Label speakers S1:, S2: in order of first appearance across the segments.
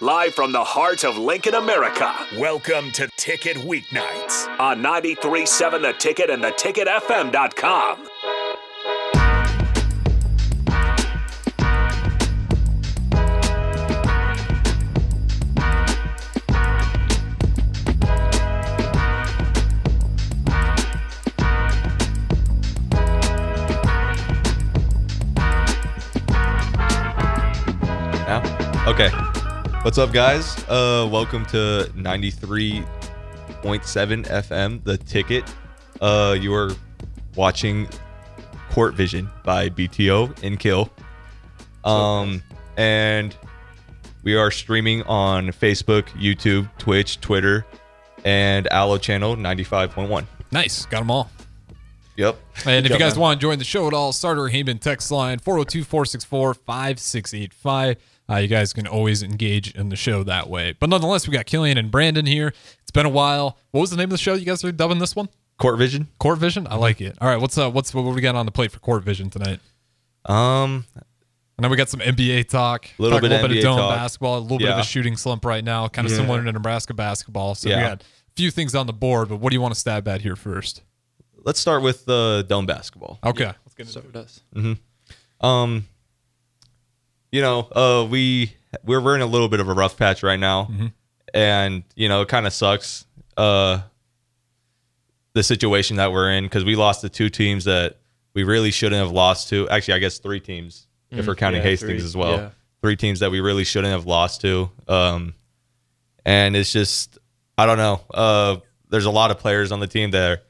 S1: live from the heart of Lincoln, America,
S2: Welcome to Ticket Weeknights.
S1: on 937 The Ticket and theticketfm.com.
S3: Now? Okay. What's up, guys? Uh, welcome to 93.7 FM, The Ticket. Uh, you are watching Court Vision by BTO and Kill. Um, and we are streaming on Facebook, YouTube, Twitch, Twitter, and Allo Channel 95.1.
S4: Nice. Got them all.
S3: Yep. Good
S4: And if you
S3: job,
S4: guys
S3: man.
S4: want to join the show at all, Starter Heyman text line 402 464 5685. Uh, You guys can always engage in the show that way. But nonetheless, we got Killian and Brandon here. It's been a while. What was the name of the show you guys are dubbing this one?
S3: Court Vision.
S4: Court Vision? I like it. All right, what's uh, what's what we got on the plate for Court Vision tonight?
S3: Um,
S4: And then we got some NBA talk.
S3: Little
S4: Talk
S3: bit
S4: a
S3: of
S4: little
S3: NBA
S4: bit of dome
S3: talk.
S4: basketball, a little bit of
S3: Yeah.
S4: a shooting slump right now, kind of similar to Nebraska basketball. So we
S3: Yeah.
S4: got a few things on the board, but what do you want to stab at here first?
S3: let's start with uh, dome basketball.
S4: Okay.
S3: Um, you know, uh, we we're, we're in a little bit of a rough patch right now,
S5: Mm-hmm.
S3: and you know, it kind of sucks. Uh, the situation that we're in because we lost to two teams that we really shouldn't have lost to. Actually, I guess three teams if we're counting
S5: Mm. yeah,
S3: Hastings
S5: three,
S3: as well.
S5: yeah.
S3: Three teams that we really shouldn't have lost to. Um, and it's just I don't know. Uh, there's a lot of players on the team that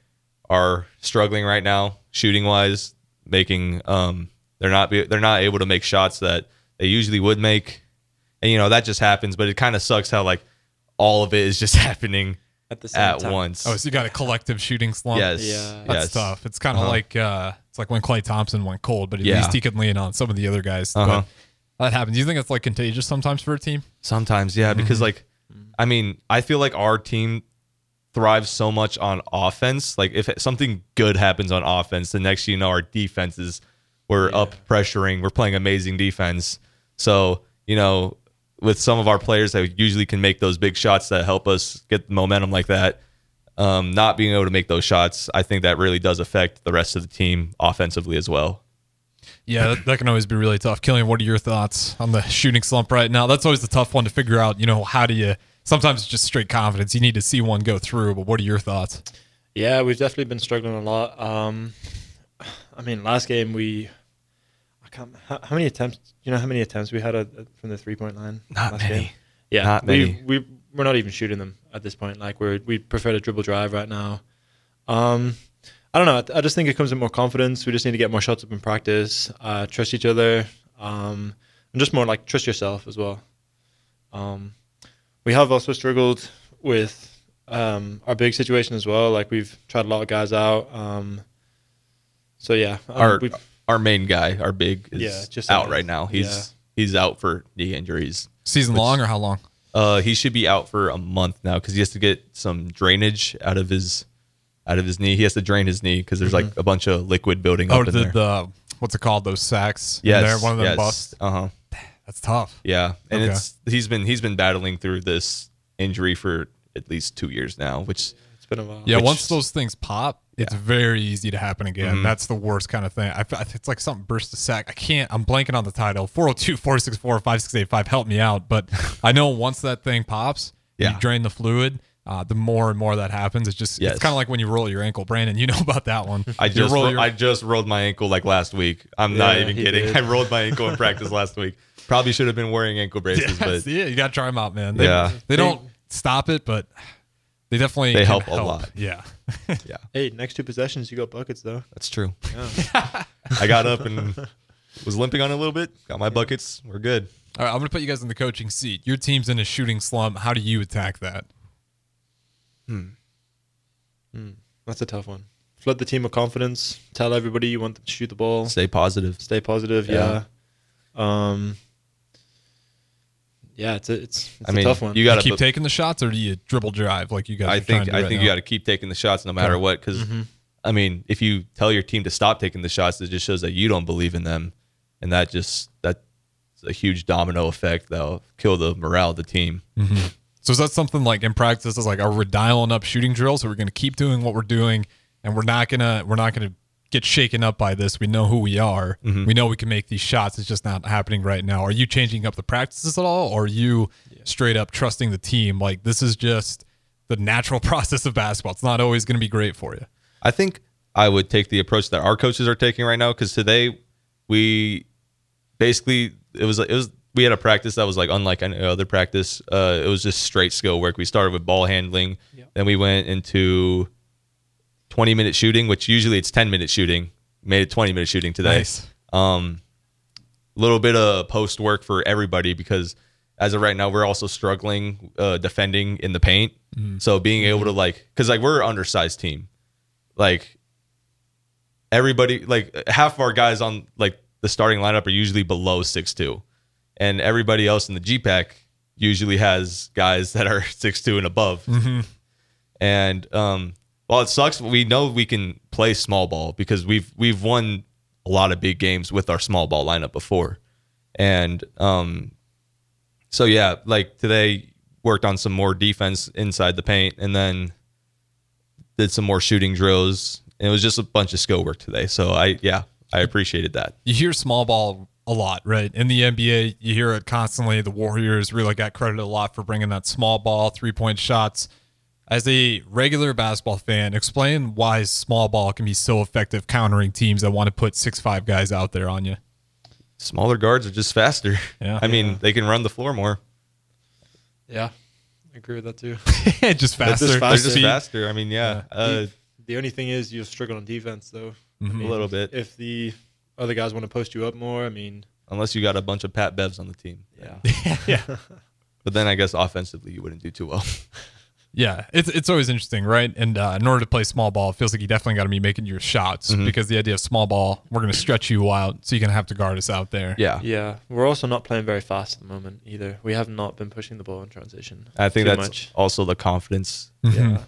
S3: are struggling right now, shooting wise, making um, they're not be, they're not able to make shots that they usually would make, and you know that just happens. But it kind of sucks how like all of it is just happening
S5: at the same
S3: at
S5: time.
S3: once.
S4: Oh, so you got a collective shooting slump.
S3: Yes,
S5: Yeah.
S4: That's
S3: yes.
S4: tough. It's kind of like uh, it's like when Clay Thompson went cold, but at
S3: Yeah.
S4: least he could lean on some of the other guys.
S3: Uh-huh.
S4: But that happens. Do you think it's like contagious sometimes for a team?
S3: Sometimes, yeah, because like, I mean, I feel like our team thrives so much on offense. Like, if something good happens on offense, the next you know our defenses we're up pressuring, we're playing amazing defense. So you know, with some of our players that usually can make those big shots that help us get momentum like that, um, not being able to make those shots, I think that really does affect the rest of the team offensively as well.
S4: Yeah, that, that can always be really tough. Killian, what are your thoughts on the shooting slump right now? That's always the tough one to figure out. You know, how do you? Sometimes it's just straight confidence. You need to see one go through. But what are your thoughts?
S5: Yeah, we've definitely been struggling a lot. Um, I mean, last game we, I can't. How, how many attempts? do You know how many attempts we had uh from the three point line?
S3: Not
S5: last
S3: many.
S5: Game? Yeah,
S3: Not
S5: we,
S3: many.
S5: We we're not even shooting them at this point. Like we're we prefer to dribble drive right now. Um, I don't know. I, th- I just think it comes with more confidence. We just need to get more shots up in practice. Uh, trust each other. Um, and just more like trust yourself as well. Um, we have also struggled with um, our big situation as well. Like we've tried a lot of guys out. Um, so yeah, um,
S3: our
S5: we've-
S3: our main guy, our big, is
S5: Yeah, just
S3: out
S5: out.
S3: right now. He's he's out for knee injuries.
S4: Season long or how long?
S3: Uh, he should be out for a month now because he has to get some drainage out of his out of his knee. He has to drain his knee because there's
S5: Mm-hmm.
S3: like a bunch of liquid building
S4: Oh,
S3: up in
S4: the,
S3: there.
S4: the what's it called? Those sacks. in
S3: yes,
S4: there, one of them
S3: yes.
S4: busts.
S3: Uh huh.
S4: That's tough.
S3: Yeah, and
S4: Okay.
S3: it's he's been he's been battling through this injury for at least two years now, which
S5: it's been a while.
S3: which-
S4: Yeah,
S3: Mm-hmm.
S4: once those things pop, it's very easy to happen again. That's the worst kind of thing. I, I- it's like something burst a sack. I can't, I'm blanking on the title 402 464 5685. Help me out. But I know once that thing pops,
S3: Yeah.
S4: you drain the fluid. Uh, the more and more that happens, it's just,
S3: Yes.
S4: it's kind of like when you roll your ankle. Brandon, you know about that one.
S3: I
S4: You
S3: just
S4: roll
S3: ro-
S4: your-
S3: I just rolled my ankle like last week. I'm not
S5: Yeah,
S3: even
S5: he
S3: kidding.
S5: did.
S3: I rolled my ankle in practice last week. Probably should have been wearing ankle braces,
S4: yeah,
S3: but
S4: you got to try them out, man. They,
S3: Yeah.
S4: they don't stop it, but they definitely
S3: They
S4: can
S3: help a lot.
S4: Yeah.
S5: Hey, next two possessions you got buckets though.
S3: That's true. I got up and was limping on a little bit. Got my buckets. We're good.
S4: All right, I'm going to put you guys in the coaching seat. Your team's in a shooting slump. How do you attack that?
S5: That's a tough one. Flood the team with confidence. Tell everybody you want them to shoot the ball.
S3: Stay positive.
S5: Stay positive.
S3: Yeah.
S5: Yeah. Um. Yeah, it's a, it's, it's
S3: I mean,
S5: a tough one.
S3: you got to
S4: keep taking the shots, or do you dribble drive like you guys?
S3: I
S4: are trying to
S3: think
S4: do
S3: I
S4: right
S3: think
S4: now? Mm-hmm.
S3: you got to keep taking the shots no matter what. Because I mean, if you tell your team to stop taking the shots, it just shows that you don't believe in them, and that just that a huge domino effect that'll kill the morale of the team.
S4: So is that something like in practice? Is like, are we dialing up shooting drills? Are we going to keep doing what we're doing, and we're not gonna we're not gonna get shaken up by this? We know who we are.
S3: Mm-hmm.
S4: We know we can make these shots. It's just not happening right now. Are you changing up the practices at all, or are you straight up trusting the team? Like this is just the natural process of basketball. It's not always going to be great for you.
S3: I think I would take the approach that our coaches are taking right now because today we basically it was it was we had a practice that was like unlike any other practice. Uh, it was just straight skill work. We started with ball handling, then we went into twenty minute shooting, which usually it's ten minute shooting. Made it twenty minute shooting today.
S4: Nice.
S3: Um, little bit of post work for everybody because as of right now we're also struggling uh, defending in the paint. So being able to like because like we're an undersized team, like everybody like half of our guys on like the starting lineup are usually below six two, and everybody else in the G pack usually has guys that are six two and above. And um, while it sucks, we know we can play small ball because we've we've won a lot of big games with our small ball lineup before, and um, so yeah, like today worked on some more defense inside the paint, and then did some more shooting drills. And it was just a bunch of skill work today. So I yeah, I appreciated that.
S4: you hear small ball a lot, right? In the NBA, you hear it constantly. The Warriors really got credited a lot for bringing that small ball, three point shots. As a regular basketball fan, explain why small ball can be so effective countering teams that want to put six five guys out there on you.
S3: Smaller guards are just faster.
S4: Yeah.
S3: I mean, they can run the floor more.
S5: Yeah, I agree with that too.
S4: just faster.
S5: just
S3: They're just
S5: Faster.
S3: faster. I mean, yeah. Uh, Mm-hmm.
S5: the only thing is you struggle on defense though. I
S3: a
S5: mean,
S3: little bit.
S5: If the other guys want to post you up more, I mean,
S3: Unless you got a bunch of Pat Bevs on the team.
S5: yeah,
S4: yeah.
S3: But then I guess offensively you wouldn't do too well.
S4: Yeah, it's it's always interesting, right? And uh, in order to play small ball, it feels like you definitely got to be making your shots because the idea of small ball, we're going to stretch you out, so you're going to have to guard us out there.
S3: Yeah.
S5: yeah. We're also not playing very fast at the moment either. We have not been pushing the ball in transition.
S3: I think
S5: too
S3: that's
S5: much.
S3: also the confidence.
S4: Mm-hmm.
S5: Yeah.
S4: Hmm.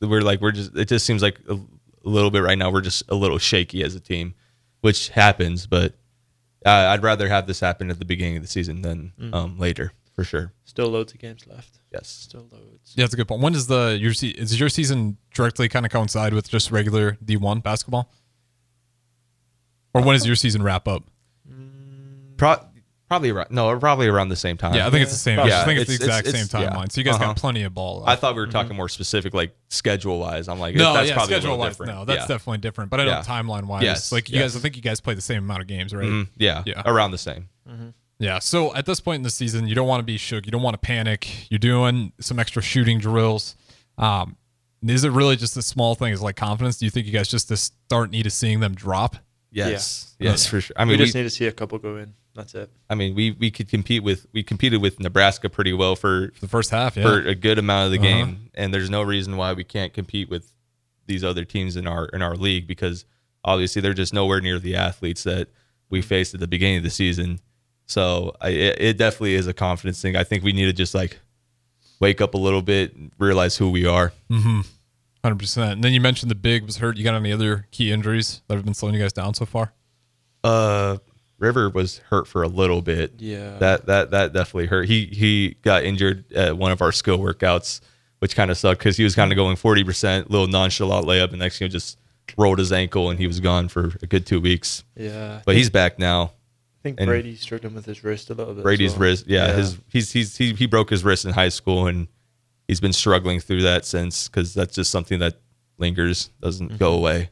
S3: We're like we're just it just seems like a, a little bit right now we're just a little shaky as a team, which happens, but uh, I'd rather have this happen at the beginning of the season than
S4: Mm.
S3: um, later, for sure.
S5: Still loads of games left.
S3: Yes.
S5: Still loads.
S4: Yeah, that's a good point. When does the your se- is your season directly kind of coincide with just regular D one basketball, or when does your season wrap up?
S3: Pro- probably around no, probably around the same time.
S4: Yeah, I think it's the same. I
S3: Uh, Yeah,
S4: think it's, the
S3: it's-
S4: exact
S3: it's-
S4: same
S3: it's- yeah.
S4: timeline. So you guys
S3: Uh-huh.
S4: got plenty of ball.
S3: I
S4: Left.
S3: thought we were talking more specific, like schedule wise. I'm like,
S4: Mm-hmm. no,
S3: that's
S4: yeah,
S3: probably a
S4: schedule
S3: little
S4: wise,
S3: different.
S4: no, that's
S3: yeah.
S4: definitely different. But I know
S3: Yeah.
S4: timeline wise,
S3: Yes,
S4: like you
S3: yes.
S4: guys, I think you guys play the same amount of games, right?
S3: Mhm, yeah,
S4: Yeah.
S3: around the same.
S4: Yeah. So at this point in the season, you don't want to be shook. You don't want to panic. You're doing some extra shooting drills. Um, is it really just a small thing? Is like confidence? Do you think you guys just to start need to seeing them drop?
S3: Yes, yes, for sure. I
S5: we
S3: mean,
S5: just
S3: we-
S5: need to see a couple go in. That's it.
S3: I mean, we we could compete with we competed with Nebraska pretty well for
S4: The first half, yeah.
S3: for a good amount of the
S4: Uh-huh.
S3: game, and there's no reason why we can't compete with these other teams in our in our league because obviously they're just nowhere near the athletes that we faced at the beginning of the season. So I, it, it definitely is a confidence thing. I think we need to just like wake up a little bit, and realize who we are.
S4: Hundred percent. And then you mentioned the big was hurt. You got any other key injuries that have been slowing you guys down so far?
S3: Uh, River was hurt for a little bit.
S5: Yeah.
S3: that that that definitely hurt. He he got injured at one of our skill workouts, which kind of sucked because he was kind of going forty percent, little nonchalant layup, and next thing you know, just rolled his ankle and he was gone for a good two weeks.
S5: Yeah.
S3: But he's back now.
S5: I think
S3: and-
S5: Brady's struggling with his wrist a little bit. as
S3: Brady's
S5: well.
S3: wrist, yeah, his he's he's he, he broke his wrist in high school and he's been struggling through that since because that's just something that lingers, doesn't go away.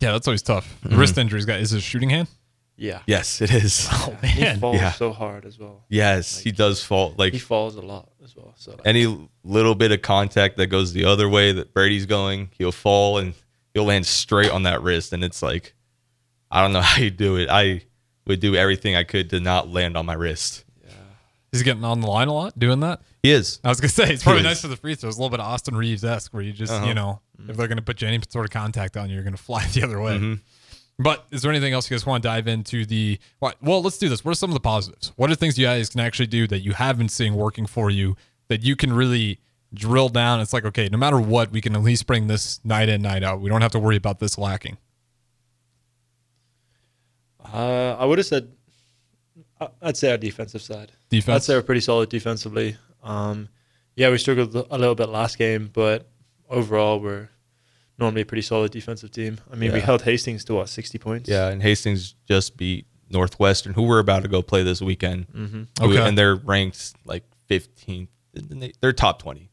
S4: Yeah, that's always tough. Wrist injuries. Got is it a shooting hand?
S5: yeah.
S3: Yes, it is.
S5: And
S4: man.
S5: He falls
S3: Yeah.
S5: so hard as well.
S3: Yes, he does fall like
S5: He falls a lot as well. So like,
S3: any little bit of contact that goes the other way that Brady's going, he'll fall and he'll land straight on that wrist. And it's like, I don't know how you do it. I would do everything I could to not land on my wrist.
S4: Is he getting on the line a lot doing that?
S3: He is.
S4: I was gonna say it's
S3: He
S4: probably
S3: is. Uh-huh.
S4: nice for the free throws. A little bit of Austin Reeves esque, where you just you know if they're gonna put you any sort of contact on you, you're gonna fly the other way.
S3: Mm-hmm.
S4: But is there anything else you guys want to dive into? The what- well, let's do this. What are some of the positives? What are things you guys can actually do that you have been seeing working for you that you can really drill down? It's like okay, no matter what, we can at least bring this night in, night out. We don't have to worry about this lacking.
S5: Uh, I would have said I- I'd say our defensive side. I'd
S4: Defense.
S5: say we're pretty solid defensively. Um, yeah, we struggled a little bit last game, but overall we're normally a pretty solid defensive team. I mean, we
S3: Yeah.
S5: held Hastings to what sixty points.
S3: Yeah, and Hastings just beat Northwestern, who we're about to go play this weekend. Mm-hmm.
S4: Okay.
S3: and they're ranked like 15th. They're top 20.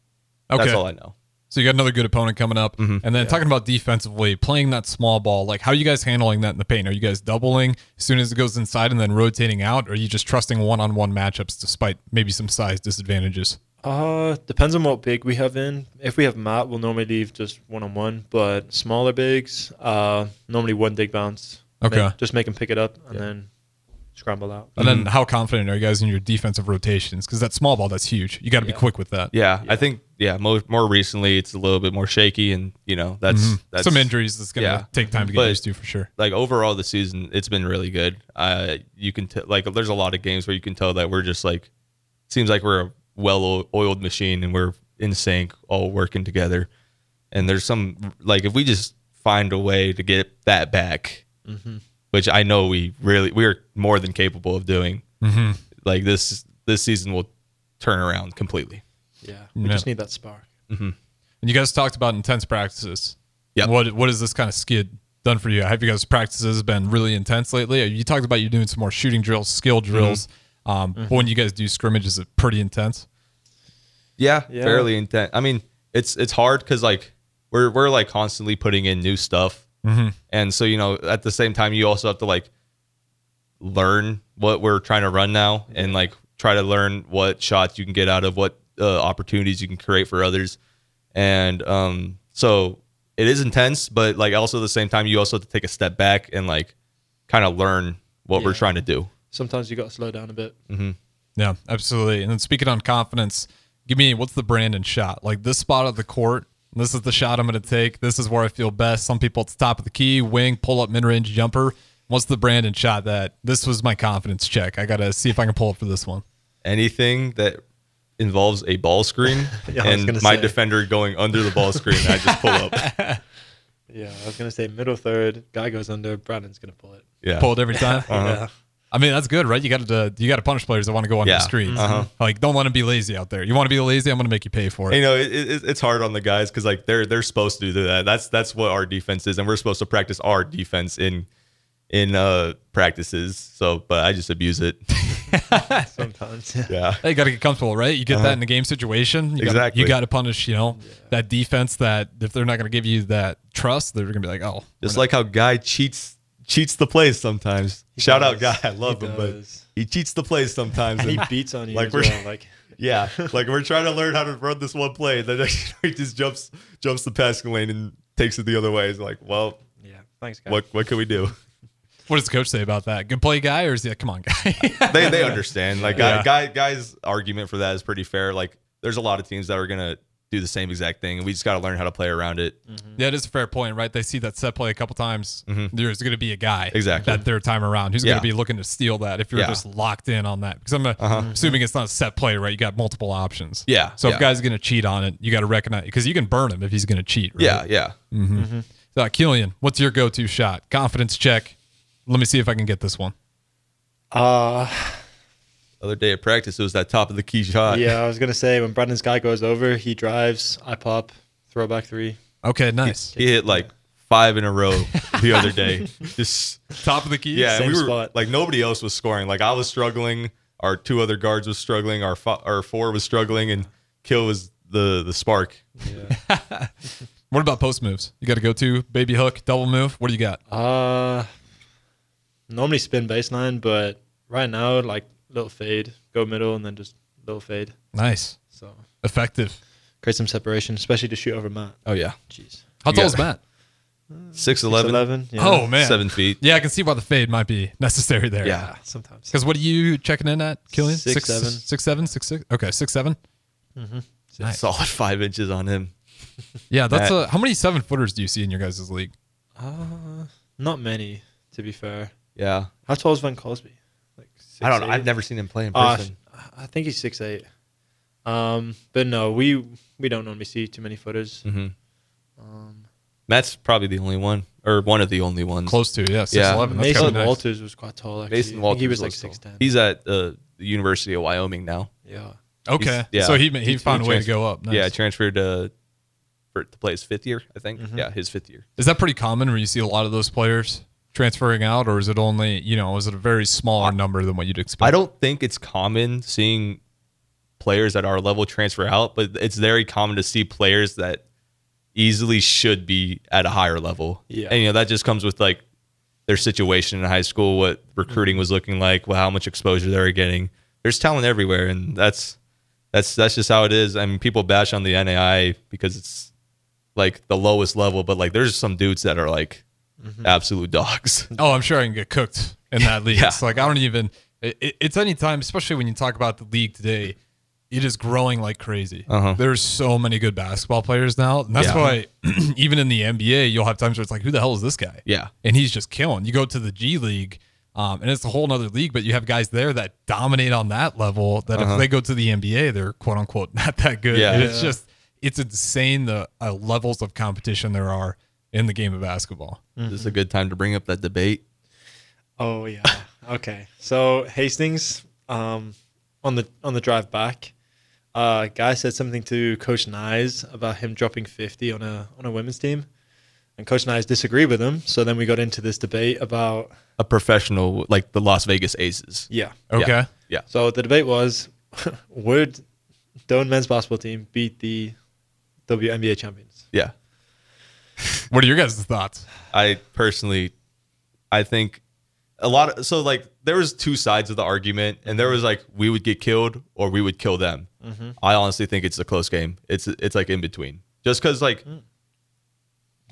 S4: Okay.
S3: That's all I know.
S4: So you got another good opponent coming up,
S3: Mm-hmm.
S4: and then talking about defensively playing that small ball. Like, how are you guys handling that in the paint? Are you guys doubling as soon as it goes inside and then rotating out, or are you just trusting one-on-one matchups despite maybe some size disadvantages?
S5: Uh, depends on what big we have in. If we have Matt, we'll normally leave just one on one, but smaller bigs, uh, normally one dig bounce.
S4: Okay. Uh,
S5: Make- just make them pick it up and then scramble out.
S4: And
S3: Mm-hmm.
S4: then how confident are you guys in your defensive rotations? Because that small ball, that's huge. You got to be quick with that.
S3: Yeah, I think yeah. Mo- more recently, it's a little bit more shaky, and you know that's that's
S4: Mm. some injuries that's going to
S3: yeah.
S4: take time to get
S3: But-
S4: used to for sure.
S3: Like overall, the season it's been really good. Uh, you can t- like there's a lot of games where you can tell that we're just like seems like we're a well-oiled machine and we're in sync, all working together. And there's some like if we just find a way to get that back, which I know we really we're more than capable of doing. Like this this season will turn around completely.
S5: Yeah, we
S4: Yeah.
S5: just need that spark.
S4: And you guys talked about intense practices.
S3: Yep.
S4: What what has this kind of skid done for you? Have you guys' practices been really intense lately? Uh, You talked about you doing some more shooting drills, skill drills. Um, but when you guys do scrimmages, it's pretty intense.
S3: Yeah,
S5: Yeah.
S3: fairly intense. I mean, it's it's hard because like we're we're like constantly putting in new stuff,
S5: Mm-hmm.
S3: and so you know at the same time you also have to like learn what we're trying to run now, and like try to learn what shots you can get out of, what uh, opportunities you can create for others, and um, so it is intense, but like also at the same time you also have to take a step back and like kind of learn what we're
S5: Yeah.
S3: trying to do.
S5: Sometimes you got to slow down a bit.
S4: Yeah, absolutely. And then speaking on confidence, give me what's the Brandon shot? Like this spot of the court, this is the shot I'm going to take. This is where I feel best. Some people it's top of the key, wing, pull up, mid range jumper. What's the Brandon shot that this was my confidence check? I got to see if I can pull up for this one.
S3: anything that involves a ball screen
S5: Yeah, I was
S3: and
S5: gonna
S3: my
S5: say.
S3: defender going under the ball screen, I just pull up.
S5: Yeah, I was gonna say middle third. Guy goes under. Brandon's gonna pull it.
S3: Yeah. Uh-huh.
S4: Pull it every time.
S5: Yeah.
S4: I mean, that's good, right? You got to you got to punish players that want to go on
S3: Yeah.
S4: the screens. Like, don't let them be lazy out there. You want to be lazy? I'm going to make you pay for it.
S3: You know, it, it, it's hard on the guys because like they're they're supposed to do that. That's that's what our defense is, and we're supposed to practice our defense in in uh practices. So, but I just abuse it.
S5: Sometimes. Yeah.
S3: Yeah.
S4: Hey, you got to get comfortable, right? You get that in the game situation. You Gotta,
S3: Uh-huh. Exactly.
S4: you got to punish, you know, that defense that if they're not going to give you that trust, they're going to be like, oh,
S3: Just like how guy cheats cheats the plays sometimes. Shout out guy,
S5: does.
S3: I love
S5: He
S3: him,
S5: does.
S3: but he cheats the plays sometimes.
S5: He
S3: and-
S5: beats on you
S3: Like
S5: as
S3: we're-
S5: well. Like
S3: Yeah, like we're trying to learn how to run this one play. The next he just jumps jumps the passing lane and takes it the other way. It's like, well,
S5: yeah. Thanks, guys.
S3: what what can we do?
S4: what does the coach say about that? Good play, guy, or is he like, come on, guy?
S3: They they understand. Like
S4: Yeah.
S3: guy, guy guy's argument for that is pretty fair. Like there's a lot of teams that are gonna do the same exact thing, and we just got to learn how to play around it.
S5: Mm-hmm.
S4: yeah, it is a fair point, right? They see that set play a couple times. There's going to be a guy
S3: Mm-hmm. Exactly.
S4: that third time around who's
S3: Yeah.
S4: going to be looking to steal that if you're
S3: Yeah. Uh-huh.
S4: just locked in on that. Because I'm uh, assuming it's not a set play, right? You got multiple options.
S3: Yeah,
S4: So if
S3: yeah.
S4: guy's going to cheat on it, you got to recognize because you can burn him if he's going to cheat. Right?
S3: Yeah, yeah.
S4: Uh, Killian, what's your go-to shot? Confidence check. Let me see if I can get this one.
S5: Uh,
S3: Other day at practice, it was that top of the key shot.
S5: yeah, I was gonna say when Brandon's guy goes over, he drives. I pop. Throwback three.
S4: Okay, nice.
S3: he hit like five in a row the other day. Just
S4: Top of the key.
S3: Yeah, and
S5: Same
S3: we were
S5: spot.
S3: like nobody else was scoring. Like I was struggling. Our two other guards was struggling. Our fo- our four was struggling, and Kill was the the spark.
S4: What about post moves? You got to go to baby hook, double move. What do you got?
S5: Uh, normally spin baseline, but right now like little fade, go middle, and then just little fade.
S4: Nice,
S5: So
S4: effective.
S5: create some separation, especially to shoot over Matt.
S3: Oh yeah,
S5: Jeez.
S4: How
S3: You
S4: tall
S3: got-
S4: is Matt?
S3: six eleven.
S5: Eleven. Yeah.
S4: Oh man,
S3: seven feet.
S4: Yeah, I can see why the fade might be necessary there.
S3: Oh.
S5: Yeah. Sometimes.
S4: Because what are you checking in at, Killian?
S5: Six, seven.
S4: six, seven, six, six. Okay, six, seven.
S3: Mm-hmm.
S4: Nice.
S3: Solid five inches on him.
S4: Yeah, that's
S3: That-
S4: a. How many seven footers do you see in your guys' league?
S5: Uh, Not many, to be fair.
S3: Yeah,
S5: How tall is Van Cosby? Like six,
S3: I don't. know.
S5: eight?
S3: I've never seen him play in
S5: Uh,
S3: person.
S5: I think he's six eight. Um, but no,
S3: Mm,
S5: we we don't normally see too many footers.
S3: Matt's probably the only one. or one of the only ones.
S4: Close to, yeah. 6'11.
S3: Yeah.
S4: That's
S5: Mason
S4: gotta be nice.
S5: Walters was quite tall. Actually.
S3: Mason
S5: I think
S3: Walters
S5: he was like
S3: tall.
S5: six ten.
S3: He's at uh, the University of Wyoming now.
S5: Yeah.
S4: Okay.
S3: He's- yeah.
S4: So he, he,
S3: He-
S4: found
S3: he
S4: a way to
S3: trans-
S4: go up. Nice.
S3: Yeah, transferred to for, to play his fifth year, I think. Yeah, his fifth year.
S4: Is that pretty common where you see a lot of those players transferring out, or is it only, you know, is it a very smaller number than what you'd expect?
S3: I don't think it's common seeing players at our level transfer out, but it's very common to see players that easily should be at a higher level.
S5: Yeah.
S3: And you know, that just comes with like their situation in high school, what recruiting was looking like, well, how much exposure they were getting. There's talent everywhere and that's that's that's just how it is. I mean, people bash on the NAI because it's like the lowest level, but like there's some dudes that are like absolute dogs.
S4: Oh, I'm sure I can get cooked in that league.
S3: Yeah.
S4: It's like I don't even. It, it's any time, especially when you talk about the league today. It is growing like crazy.
S3: Uh-huh.
S4: There's so many good basketball players now, and that's
S3: Yeah.
S4: why even in the NBA, you'll have times where it's like, who the hell is this guy?
S3: Yeah.
S4: and he's just killing. You go to the G League, um, and it's a whole nother league, but you have guys there that dominate on that level. That if they go to the NBA, they're quote unquote not that good.
S3: Uh-huh. Yeah.
S4: And it's just it's insane the uh, levels of competition there are in the game of basketball.
S3: This is a good time to bring up that debate.
S5: Oh yeah. okay. So Hastings, um, on the on the drive back, uh, guy said something to Coach Nyes about him dropping fifty on a on a women's team, and Coach Nyes disagreed with him. So then we got into this debate about
S3: a professional like the Las Vegas Aces.
S5: yeah.
S4: Okay.
S3: Yeah.
S5: So the debate was, would Doan men's basketball team beat the WNBA champions?
S3: Yeah.
S4: What are your guys' thoughts?
S3: I personally I think a lot of so like there was two sides of the argument and there was like we would get killed or we would kill them.
S5: Mm-hmm.
S3: I honestly think it's a close game. It's it's like in between. Just cuz like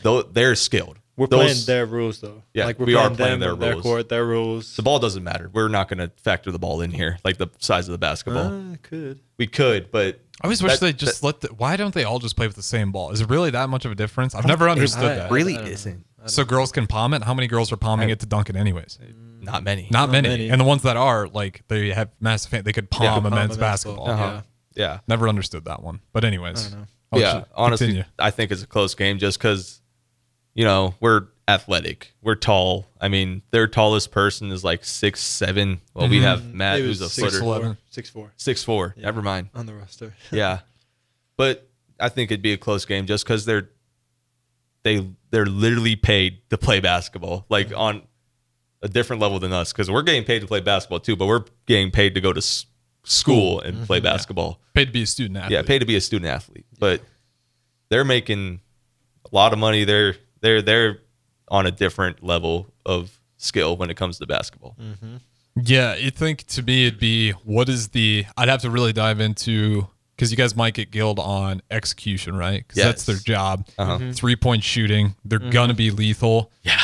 S3: though they're skilled.
S5: Mm. We're playing
S3: Those-
S5: their rules though.
S3: Yeah,
S5: like we're
S3: we are
S5: playing,
S3: playing
S5: them
S3: their
S5: on their
S3: rules.
S5: court, their rules.
S3: the ball doesn't matter. We're not going to factor the ball in here like the size of the basketball.
S5: Ah, could.
S3: we could, but
S4: I always wish
S3: That-
S4: they just let. The, why don't they all just play with the same ball? Is it really that much of a difference? I've never understood
S5: I-
S4: that.
S3: really
S5: I don't know.
S3: isn't
S4: So girls can palm it. How many girls are palming it to Duncan, anyways?
S3: not many.
S4: Not, many.
S5: many.
S4: And the ones that are like they have massive. Fan, they could palm a
S5: Palm
S4: men's
S5: a men's
S4: basketball.
S5: ball, yeah.
S3: yeah.
S4: Never understood that one. But anyways,
S5: I don't know.
S4: I'll
S3: yeah,
S4: just
S3: honestly,
S4: Oh, continue.
S3: I think it's a close game just because, you know, we're athletic, we're tall. I mean, their tallest person is like six seven. Well, we have Matt,
S5: It
S3: who's a
S5: was six
S3: footer,
S4: foot.
S5: four,
S4: Footer.
S5: six four
S3: six four. Never mind.
S5: on the roster.
S3: Yeah, but I think it'd be a close game just because they're they they're literally paid to play basketball,
S5: Mm-hmm.
S3: like on a different level than us because we're getting paid to play basketball too, but we're getting paid to go to s- school
S5: Mm-hmm.
S3: and play basketball.
S4: Paid to be a student athlete.
S3: Yeah, pay to be a student athlete, but they're making a lot of money. They're they're they're on a different level of skill when it comes to basketball.
S4: Mm-hmm. Yeah, you think to me it'd be what is the? I'd have to really dive into because you guys might get guild on execution, right? Because that's
S3: Yes. Uh-huh. Mm-hmm.
S4: their job. Three point shooting, they're gonna be lethal. Yeah,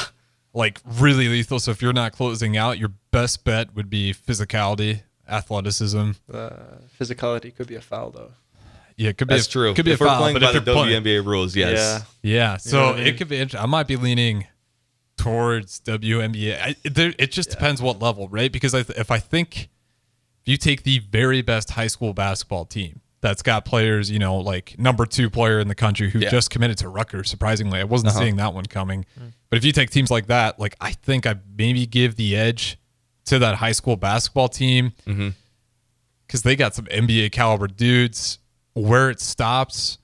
S4: like really lethal. So if you're not closing out, your best bet would be physicality, athleticism.
S5: physicality could be a foul though.
S4: Yeah, it could
S3: That's
S4: be a,
S3: true.
S4: Could be
S3: if
S4: a
S3: we're
S4: foul,
S3: playing
S4: but
S3: by
S4: if
S3: the
S4: you're playing,
S3: WNBA rules, yes.
S4: Yeah, so
S5: know what I mean?
S4: it could be interesting. I might be leaning towards WNBA. I, there, it just depends what level, right? Because I th- if I think if you take the very best high school basketball team that's got players, you know, like number two player in the country who
S3: Yeah.
S4: just committed to Rutgers. Surprisingly, I wasn't
S5: Uh-huh.
S4: seeing that one coming.
S5: Hmm.
S4: But if you take teams like that, like I think I maybe give the edge to that high school basketball team
S5: Mm-hmm.
S4: because they got some NBA caliber dudes. Where it stops,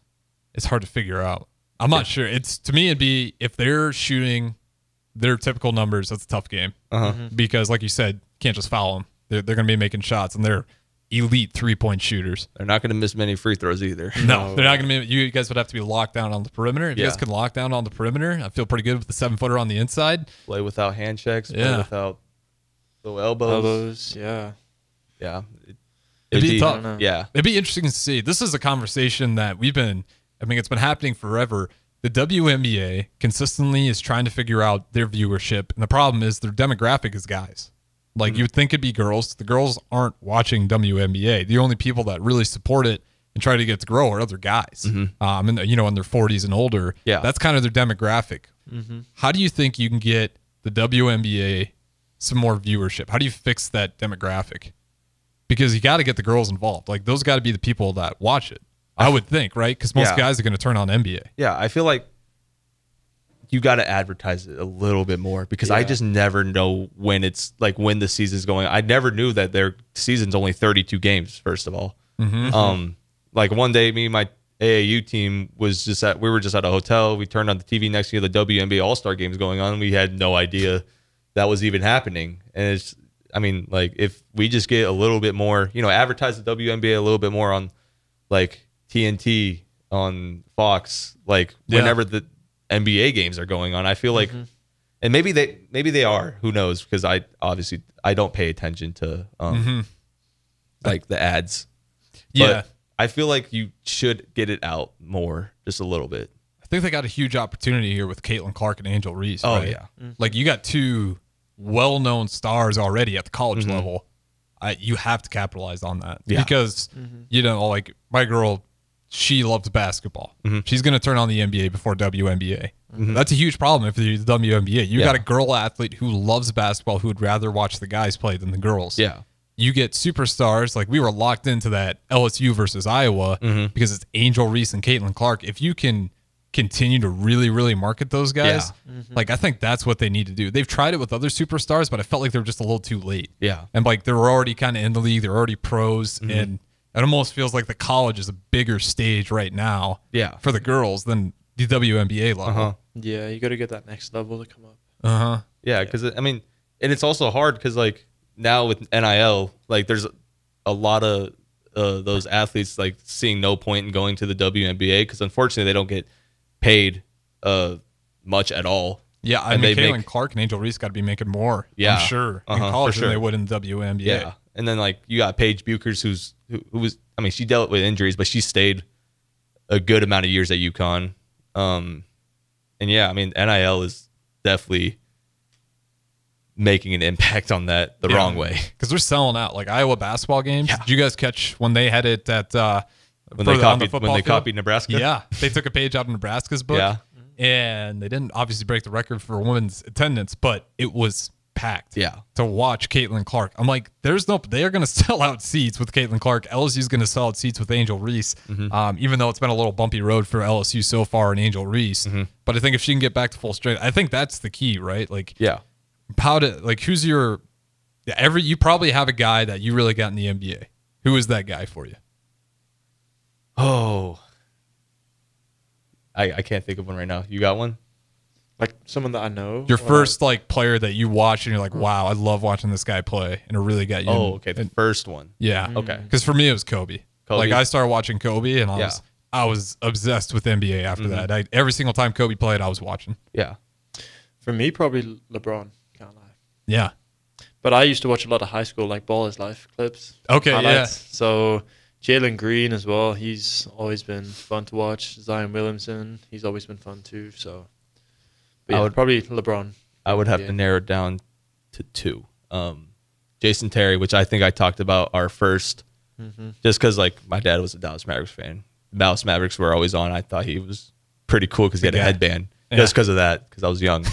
S4: it's hard to figure out. I'm not sure. It's to me, it'd be if they're shooting their typical numbers. That's a tough game because, like you said, can't just foul them. They're, they're going to be making shots, and they're elite three point shooters.
S3: They're not going to miss many free throws either.
S4: No, they're not going to be. You guys would have to be locked down on the perimeter. If you guys
S3: Yeah.
S4: can lock down on the perimeter, I feel pretty good with the seven footer on the inside.
S3: play without hand checks.
S4: Yeah.
S3: Play without low elbows.
S5: Elbows, yeah.
S3: Yeah. It,
S4: It'd be
S3: it'd
S4: tough. I don't
S5: know.
S3: Yeah.
S4: It'd be interesting to see. This is a conversation that we've been, I mean, it's been happening forever. The WNBA consistently is trying to figure out their viewership. And the problem is their demographic is guys.
S3: Mm-hmm.
S4: Like you'd think it'd be girls. The girls aren't watching WNBA. The only people that really support it and try to get it to grow are other guys. Um, and you know, in their 40s and older.
S3: Mm-hmm. Yeah. Mm-hmm.
S4: That's kind of their demographic. How do you think you can get the WNBA some more viewership? How do you fix that demographic? because you got to get the girls involved. Like those got to be the people that watch it. I would think, right? Because most
S3: Yeah.
S4: guys are going to turn on NBA.
S3: Yeah. I feel like you got to advertise it a little bit more because I just never know when it's like when the season's going. I never knew that their season's only 32 games. First of all, um, like one day, me and my AAU team was just at we were just at a hotel. We turned on the TV next year, the WNBA All Star games going on. We had no idea that was even happening, and it's I mean like if we just get a little bit more, you know, advertise the WNBA a little bit more on like TNT on Fox, like
S4: Yeah.
S3: whenever the NBA games are going on. I feel like, and maybe they maybe they are. Who knows? Because I obviously I don't pay attention to um, like the ads.
S4: Yeah.
S3: I feel like you should get it out more, just a little bit.
S4: I think they got a huge opportunity here with Caitlin Clark and Angel Reese.
S3: Oh,
S4: right?
S3: yeah.
S4: like you got two well-known stars already at the college level. I, you have to capitalize on that
S3: Mm-hmm. Yeah.
S4: because you know, like my girl, she loves basketball.
S3: Mm-hmm.
S4: She's going to turn on the NBA before WNBA. That's a huge problem if you're the WNBA. You
S3: Yeah.
S4: got a girl athlete who loves basketball who would rather watch the guys play than the girls you get superstars like we were locked into that LSU versus Iowa
S3: Mm-hmm.
S4: because it's Angel Reese and Caitlin Clark. If you can continue to really, really market those guys, like I think that's what they need to do. They've tried it with other superstars, but I felt like they were just a little too late.
S3: Yeah. Mm-hmm.
S4: and like they're already kind of in the league, they're already pros, and it almost feels like the college is a bigger stage right now.
S3: Yeah.
S4: for the girls than the WNBA level. Uh-huh.
S3: Uh-huh.
S5: Yeah, you got to get that next level to come up.
S3: Yeah, because I mean, and it's also hard because like now with NIL, like there's a lot of uh, those athletes like seeing no point in going to the WNBA because unfortunately they don't get paid uh, much at all.
S4: Yeah, I
S3: And
S4: mean,
S3: they
S4: Caitlin
S3: make-
S4: Clark and Angel Reese got to be making more.
S3: Yeah.
S4: I'm sure
S3: Uh-huh,
S4: in
S3: for
S4: college
S3: sure.
S4: than they would in the WNBA.
S3: Yeah. And then like you got Paige Buchers, who's who, who was I mean she dealt with injuries, but she stayed a good amount of years at UConn. Um, and yeah, I mean NIL is definitely making an impact on that the
S4: Yeah.
S3: wrong way.
S4: because they're selling out. Like Iowa basketball games. Did you guys catch when they had it at uh,
S3: When
S4: further
S3: they copied
S4: on the
S3: when
S4: football
S3: they
S4: field?
S3: copied Nebraska.
S4: Yeah, they took a page out of Nebraska's book.
S3: Yeah.
S4: and they didn't obviously break the record for women's attendance, but it was packed.
S3: Yeah.
S4: to watch Caitlin Clark, I'm like, there's no. They are going to sell out seats with Caitlin Clark. LSU's going to sell out seats with Angel Reese.
S3: Mm-hmm.
S4: Um, even though it's been a little bumpy road for LSU so far and Angel Reese,
S3: Mm-hmm.
S4: but I think if she can get back to full strength, I think that's the key, right? Like,
S3: Yeah.
S4: how to like who's your yeah, every you probably have a guy that you really got in the NBA. Who is that guy for you?
S3: Oh. I, I can't think of one right now. You got one?
S5: Like someone that I know.
S4: Your
S5: or, like,
S4: first like player that you watch and you're like, wow, I love watching this guy play, and it really got you.
S3: Oh, okay. The
S4: And-
S3: first one.
S4: yeah.
S3: Okay.
S4: Because for me, it was Kobe.
S3: Kobe.
S4: Like I started watching Kobe, and I
S3: Yeah. Mm-hmm.
S4: was I was obsessed with NBA after that. I, every single time Kobe played, I was watching.
S3: Yeah.
S5: For me, probably LeBron. Can't lie.
S4: Yeah.
S5: But I used to watch a lot of high school, like Ball is Life clips.
S4: Okay,
S5: yeah. So Jalen Green as well. He's always been fun to watch. Zion Williamson. He's always been fun too. So, but
S3: I
S5: yeah,
S3: would-
S5: probably LeBron.
S3: I would have
S5: Yeah.
S3: to narrow it down to two. Um, Jason Terry, which I think I talked about our 1st just because like my dad was a Dallas Mavericks fan. The Dallas Mavericks were always on. I thought he was pretty cool because he had
S4: Yeah.
S3: a headband,
S4: Yeah.
S3: just because of that, because I was young.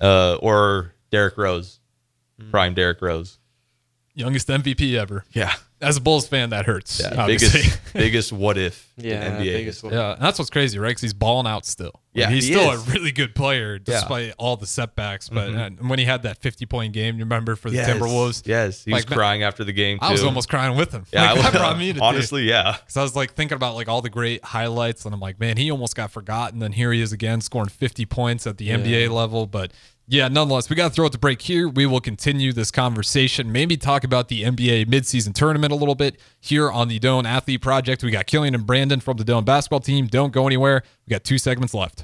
S3: uh, or Derrick Rose, prime Derrick Rose.
S4: Youngest MVP ever.
S3: Yeah,
S4: As a Bulls fan, that hurts.
S3: yeah.
S4: obviously.
S3: Biggest, biggest what if? in
S5: Yeah,
S3: NBA
S5: biggest one.
S4: Yeah, and that's what's crazy, right? 'Cause he's balling out still. Like,
S3: Yeah,
S4: he's
S3: he
S4: still
S3: is.
S4: a really good player
S3: Yeah. Mm-hmm.
S4: despite all the setbacks. But uh, when he had that 50 point game, you remember for the Timberwolves?
S3: Yes, he
S4: Like,
S3: was
S4: man,
S3: crying after the game.
S4: I was
S3: too.
S4: almost crying with him.
S3: Yeah,
S4: like,
S3: I was,
S4: that brought me to
S3: honestly, yeah,
S4: because I was like thinking about like all the great highlights, and I'm like, man, he almost got forgotten. Then here he is again, scoring 50 points at the NBA level. But yeah, nonetheless, we got to throw it to break here. We will continue this conversation, maybe talk about the NBA midseason tournament a little bit here on the Doan Athlete Project. We got Killian and Brandon from the Doan basketball team. Don't go anywhere. We got two segments left.